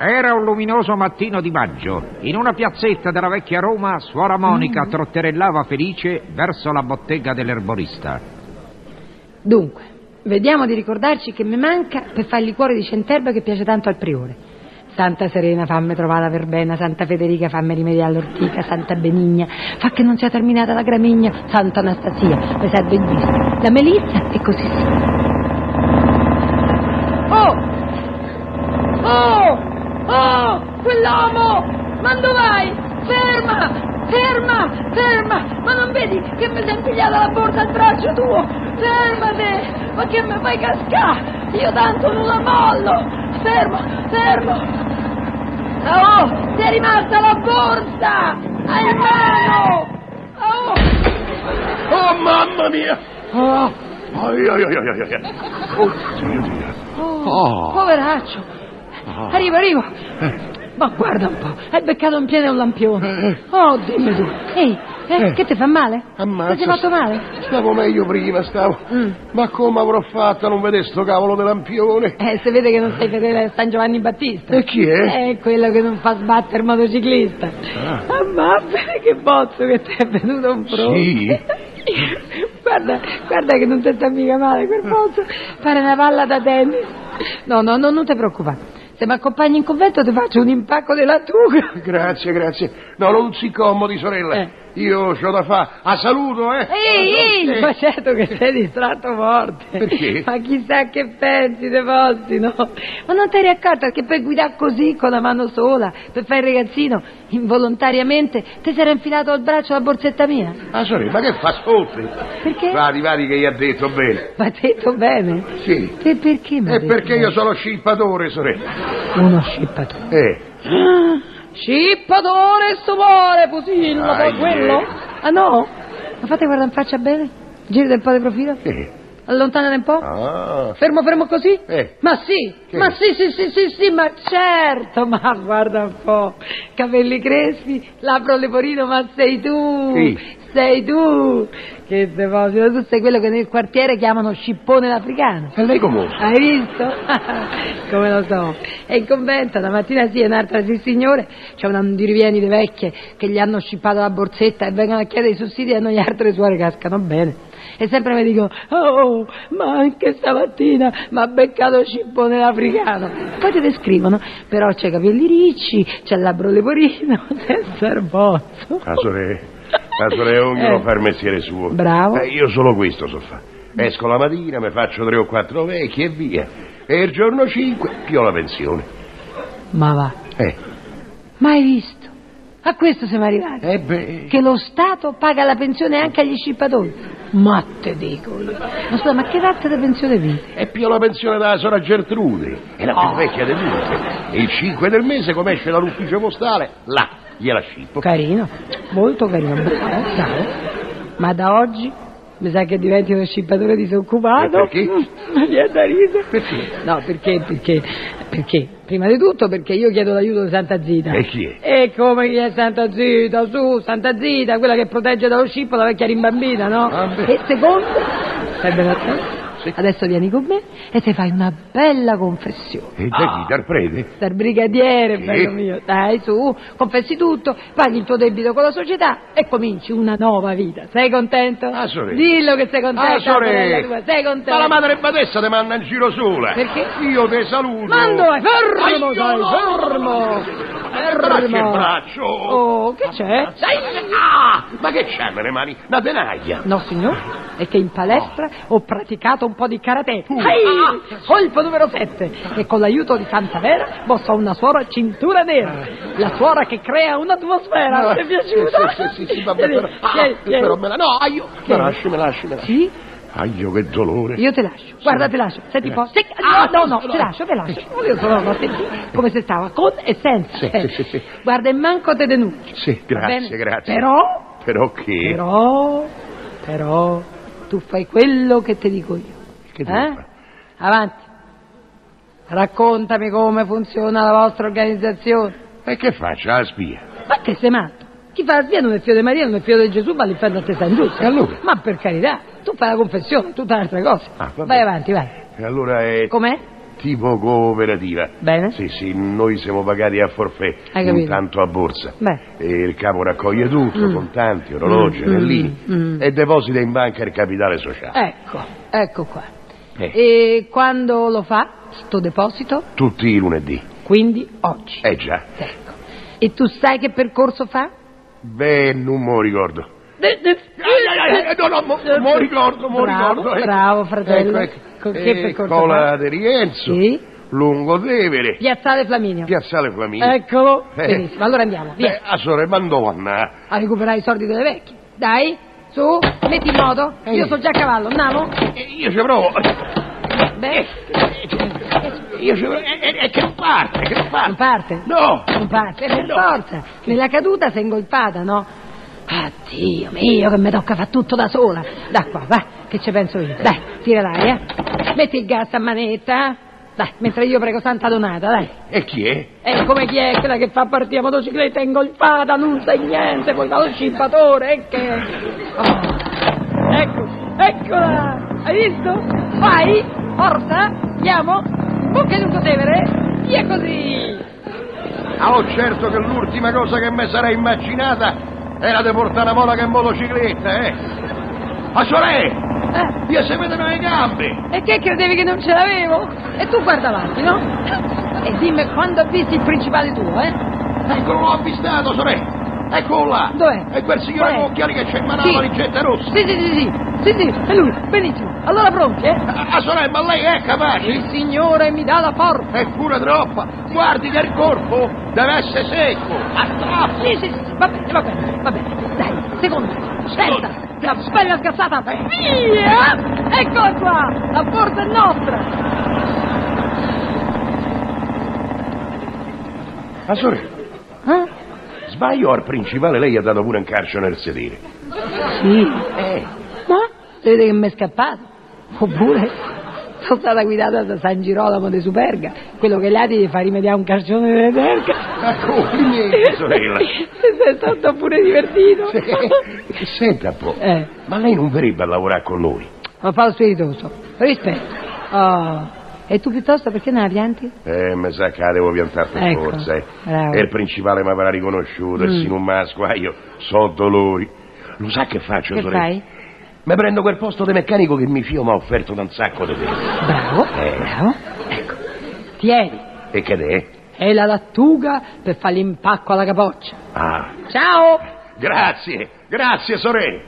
Era un luminoso mattino di maggio. In una piazzetta della vecchia Roma, suora Monica trotterellava felice verso la bottega dell'erborista. Dunque, vediamo di ricordarci che mi manca per fare il liquore di centerba che piace tanto al priore. Santa Serena, fammi trovare la verbena, Santa Federica, fammi rimediare l'ortica, Santa Benigna, fa che non sia terminata la gramigna, Santa Anastasia, mi serve il disco, la Melissa e così via. Oh! Oh! Oh! Quell'uomo! Ma dove vai? Ferma! Ferma! Ferma! Ma non vedi che mi sei impigliata la borsa al braccio tuo? Fermate! Ma che mi fai cascare? Io tanto non la mollo! Fermo! Fermo! Oh! Ti è rimasta la borsa! Hai mano! Oh! Oh, mamma mia! Oh, Ai, ai, ai, ai, ai, ai. Oddio mio. Oh. poveraccio! Arrivo, arrivo! Ma guarda un po', hai beccato in pieno un lampione. Oh, dimmi tu. Ehi, eh, Eh. che ti fa male? Ammazza. Ti sei fatto male? Stavo meglio prima, stavo. Ma come avrò fatto a non vedere sto cavolo di lampione? Eh, se vede che non sei fedele a San Giovanni Battista. E chi è? È quello che non fa sbattere il motociclista. Ah. Ah, vabbè, che bozzo che ti è venuto un pronto. Sì. guarda, guarda che non ti sta mica male quel bozzo. Pare una palla da tennis. No, no, no, non ti preoccupare. Se mi accompagni in convento ti faccio un impacco della tuga. Grazie, grazie. No, non si comodi, sorella. Eh. Io c'ho da fa. A saluto, eh. Ehi, ehi, ma certo che sei distratto forte. Perché? Ma chissà che pensi dei vostri, no? Ma non ti eri accorta che per guidare così con la mano sola, per fare il ragazzino, involontariamente ti sarà infilato al braccio la borsetta mia? Ah, sorella, ma che fa sotto? Perché? Vari, vari che gli ha detto bene. Ma hai detto bene? Sì. E perché mi ha E detto perché io sono scippatore, sorella. bene? Uno scippatore. Eh. Scippatore stupore, Pusillo, Ah, poi eh. quello? Ah no? Ma fate guardare in faccia bene? Girate un po' di profilo? eh. Allontanate un po'? Ah. Fermo, fermo così? Eh. Ma sì, Che? ma sì, sì, sì, sì, sì, ma certo, ma guarda un po', capelli crespi, labbro leporino, ma sei tu, Sì. sei tu, che deposito, tu sei quello che nel quartiere chiamano scippone l'africano. E lei comunque? Hai visto? Come lo so. E in convento, una mattina sì e un'altra sì, signore, c'è un andirivieni di vecchie che gli hanno scippato la borsetta e vengono a chiedere i sussidi e noi altre suore cascano bene. E sempre mi dicono, oh, ma anche stamattina mi ha beccato il scippone africano. Poi ti descrivono, però c'è i capelli ricci, c'è il labbro leporino, c'è il serbozzo. Casore, Casore ognuno Eh. fa il mestiere suo. Bravo. Eh, io solo questo so fare. Esco la mattina, mi faccio tre o quattro vecchi e via. E il giorno cinque io la pensione. Ma va, Eh, mai visto? A questo siamo arrivati. eh beh. che lo Stato paga la pensione anche agli scippatori. Ma te dico io. Ma scusa, ma che razza di pensione vite? E più la pensione della sora Gertrude, è la Oh. più vecchia di tutte. E il 5 del mese, come esce dall'ufficio postale, là, gliela scippo. Carino, molto carino, bravo, bravo. Ma da oggi mi sa che diventi uno scippatore disoccupato. Mm, E perché? Mi viene da ridere. Perché? No, perché, perché, perché? Prima di tutto perché io chiedo l'aiuto di Santa Zita. E chi è? E come chi è Santa Zita? Su, Santa Zita, quella che protegge dallo scippo la vecchia rimbambina, no? Ah, beh. e secondo, stai ben attento, Sì. adesso vieni con me e ti fai una bella confessione. E da chi? Dal prete? Dal brigadiere, Sì. bello mio. Dai, su, confessi tutto, paghi il tuo debito con la società e cominci una nuova vita. Sei contento? Ah, sorella. Dillo che sei contento. Ah, sorella. sorella tua, Sei contento? Ma la madre badessa te manda in giro sola. Perché? Io te saluto. Mando, vai, Ai, fermo, no, dai, no, no, fermo! no. Braccio e braccio. Oh, che c'è? Sai, ah, ma che c'è nelle mani? Una tenaglia. No, signor, è che in palestra ho praticato un po' di karate. Uh. Ehi, colpo numero 7. E con l'aiuto di Santa Vera posso una suora cintura nera. La suora che crea un'atmosfera. Ti è piaciuta? Eh. Sì, sì, sì, sì, sì, vabbè, Vieni, però, ah, vieni, vieni. però me la... No, ah, io... Me lasci, me lasci, me lasci. Sì? Aglio, che dolore. Io te lascio, guarda te lascio, senti un po', se- Ah, no, no, no, no, no. te lascio, te lascio, volevo solo una sentire come se stava, con e senza, Sì, Eh, sì, sì. guarda e manco te denuncio, Sì, va grazie, bene? grazie. Però, Però che? però, però, tu fai quello che ti dico io, Che devo eh? fare? Avanti, raccontami come funziona la vostra organizzazione, E che faccio, la spia? ma che sei matto? Chi fa la spia non è figlio di Maria, non è figlio di Gesù, ma all'inferno a te sta in giusto. E allora? Ma per carità, tu fai la confessione, tutta un'altra cosa. Ah, va vai bene. avanti, vai. E allora è Com'è? tipo cooperativa. Bene. Sì, sì, noi siamo pagati a forfè, Hai capito. intanto a borsa. Beh. E il capo raccoglie tutto, contanti, orologi, Mm, anellini, mm, mm. e deposita in banca il capitale sociale. Ecco, ecco qua. Eh. E quando lo fa, sto deposito? Tutti i lunedì. Quindi oggi. Eh già. Ecco. E tu sai che percorso fa? Beh, non mo ricordo. De- de- No, no, mo, mo ricordo, mo Bravo, ricordo. ecco. bravo, fratello. Ecco, ecco. Con che Eh, percorso Cola fa? di Rienzo, Sì. Lungotevere, Piazzale Flaminio. Piazzale Flaminio. Eccolo. Eh. Benissimo, allora andiamo, Ecco, via. Beh, a sore Madonna. A recuperare i soldi delle vecchie. Dai, su, metti in moto. Eh. Io sto già a cavallo, andiamo. Eh, Io ci provo. Eh, Beh, Io ci provo. E che non parte, che non parte. non parte. No. Non parte, per No. forza. Nella caduta sei ingolfata, no? Ah, Dio mio, che mi tocca fare tutto da sola. Da qua, va, che ci penso io. Eh. Dai, tira l'aria. Metti il gas a manetta. Dai, mentre io prego Santa Donata, dai. E chi è? E come chi è quella che fa partire la motocicletta ingolfata, non sai niente, poi va lo scimpatore, e che... Oh. Ecco, eccola! Hai visto? Vai, forza, andiamo, bocca di un tevere, via eh? così! Ah, oh, certo che l'ultima cosa che mi sarei immaginata era di portare la monaca in motocicletta, eh. A sore! Eh. Io se vedono le gambe! E che credevi che non ce l'avevo? E tu guarda avanti, no? E dimmi quando ho visto il principale tuo, eh? Eccolo, Ecco, l'ho avvistato, sore! Eccolo là! Dov'è? E quel signore Qual è? con occhiali che c'è in mano Sì. la valigetta rossa! Sì, sì, sì, sì, sì, sì, è lui, benissimo. Allora pronti, eh? Ah, sore, ma lei è capace? Il Signore mi dà la forza. È pure troppa! Guardi che il corpo deve essere secco! A tappo! Sì, sì, sì, va bene, va bene, va bene. Dai, seconda, terza, la bella scassata. Via! Eccola qua, la forza è nostra. Ma sore, Eh? Ah, sbaglio al principale lei ha dato pure un calcio nel sedere. Sì. Eh, Ma vedete che mi è scappato. Oppure sono stata guidata da San Girolamo de Superga, quello che là ti fa rimediare un calcione nelle verga. ma complimenti, Eh, sorella! Sei stato pure divertito. Sì. Senta un po', Eh. ma lei non verrebbe a lavorare con noi? Ma fa lo spiritoso. Rispetto. Oh. E tu piuttosto perché non la pianti? Eh, mi sa che la devo piantare per Ecco, forza, eh. bravo. Mm. E il principale mi avrà riconosciuto, e se non mi sguaio, so dolori. Lo sa che faccio, Che sorella? fai? Mi prendo quel posto di meccanico che mio figlio mi ha offerto da un sacco di tempo. Bravo, Eh. bravo. Ecco. Tieni. E che è? È la lattuga per fare l'impacco alla capoccia. Ah, Ciao! grazie, grazie, sorella.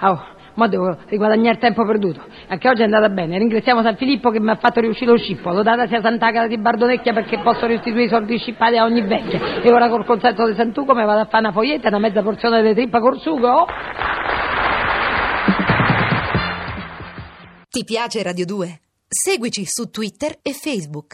Oh, ma devo riguadagnare tempo perduto. Anche oggi è andata bene. Ringraziamo San Filippo che mi ha fatto riuscire lo scippo. Lodata sia Sant'Agata di Bardonecchia perché posso restituire i soldi scippati a ogni vecchia. E ora col consenso di Santuco mi vado a fare una foglietta, una mezza porzione di trippa col sugo. Ti piace Radio 2? Seguici su Twitter e Facebook.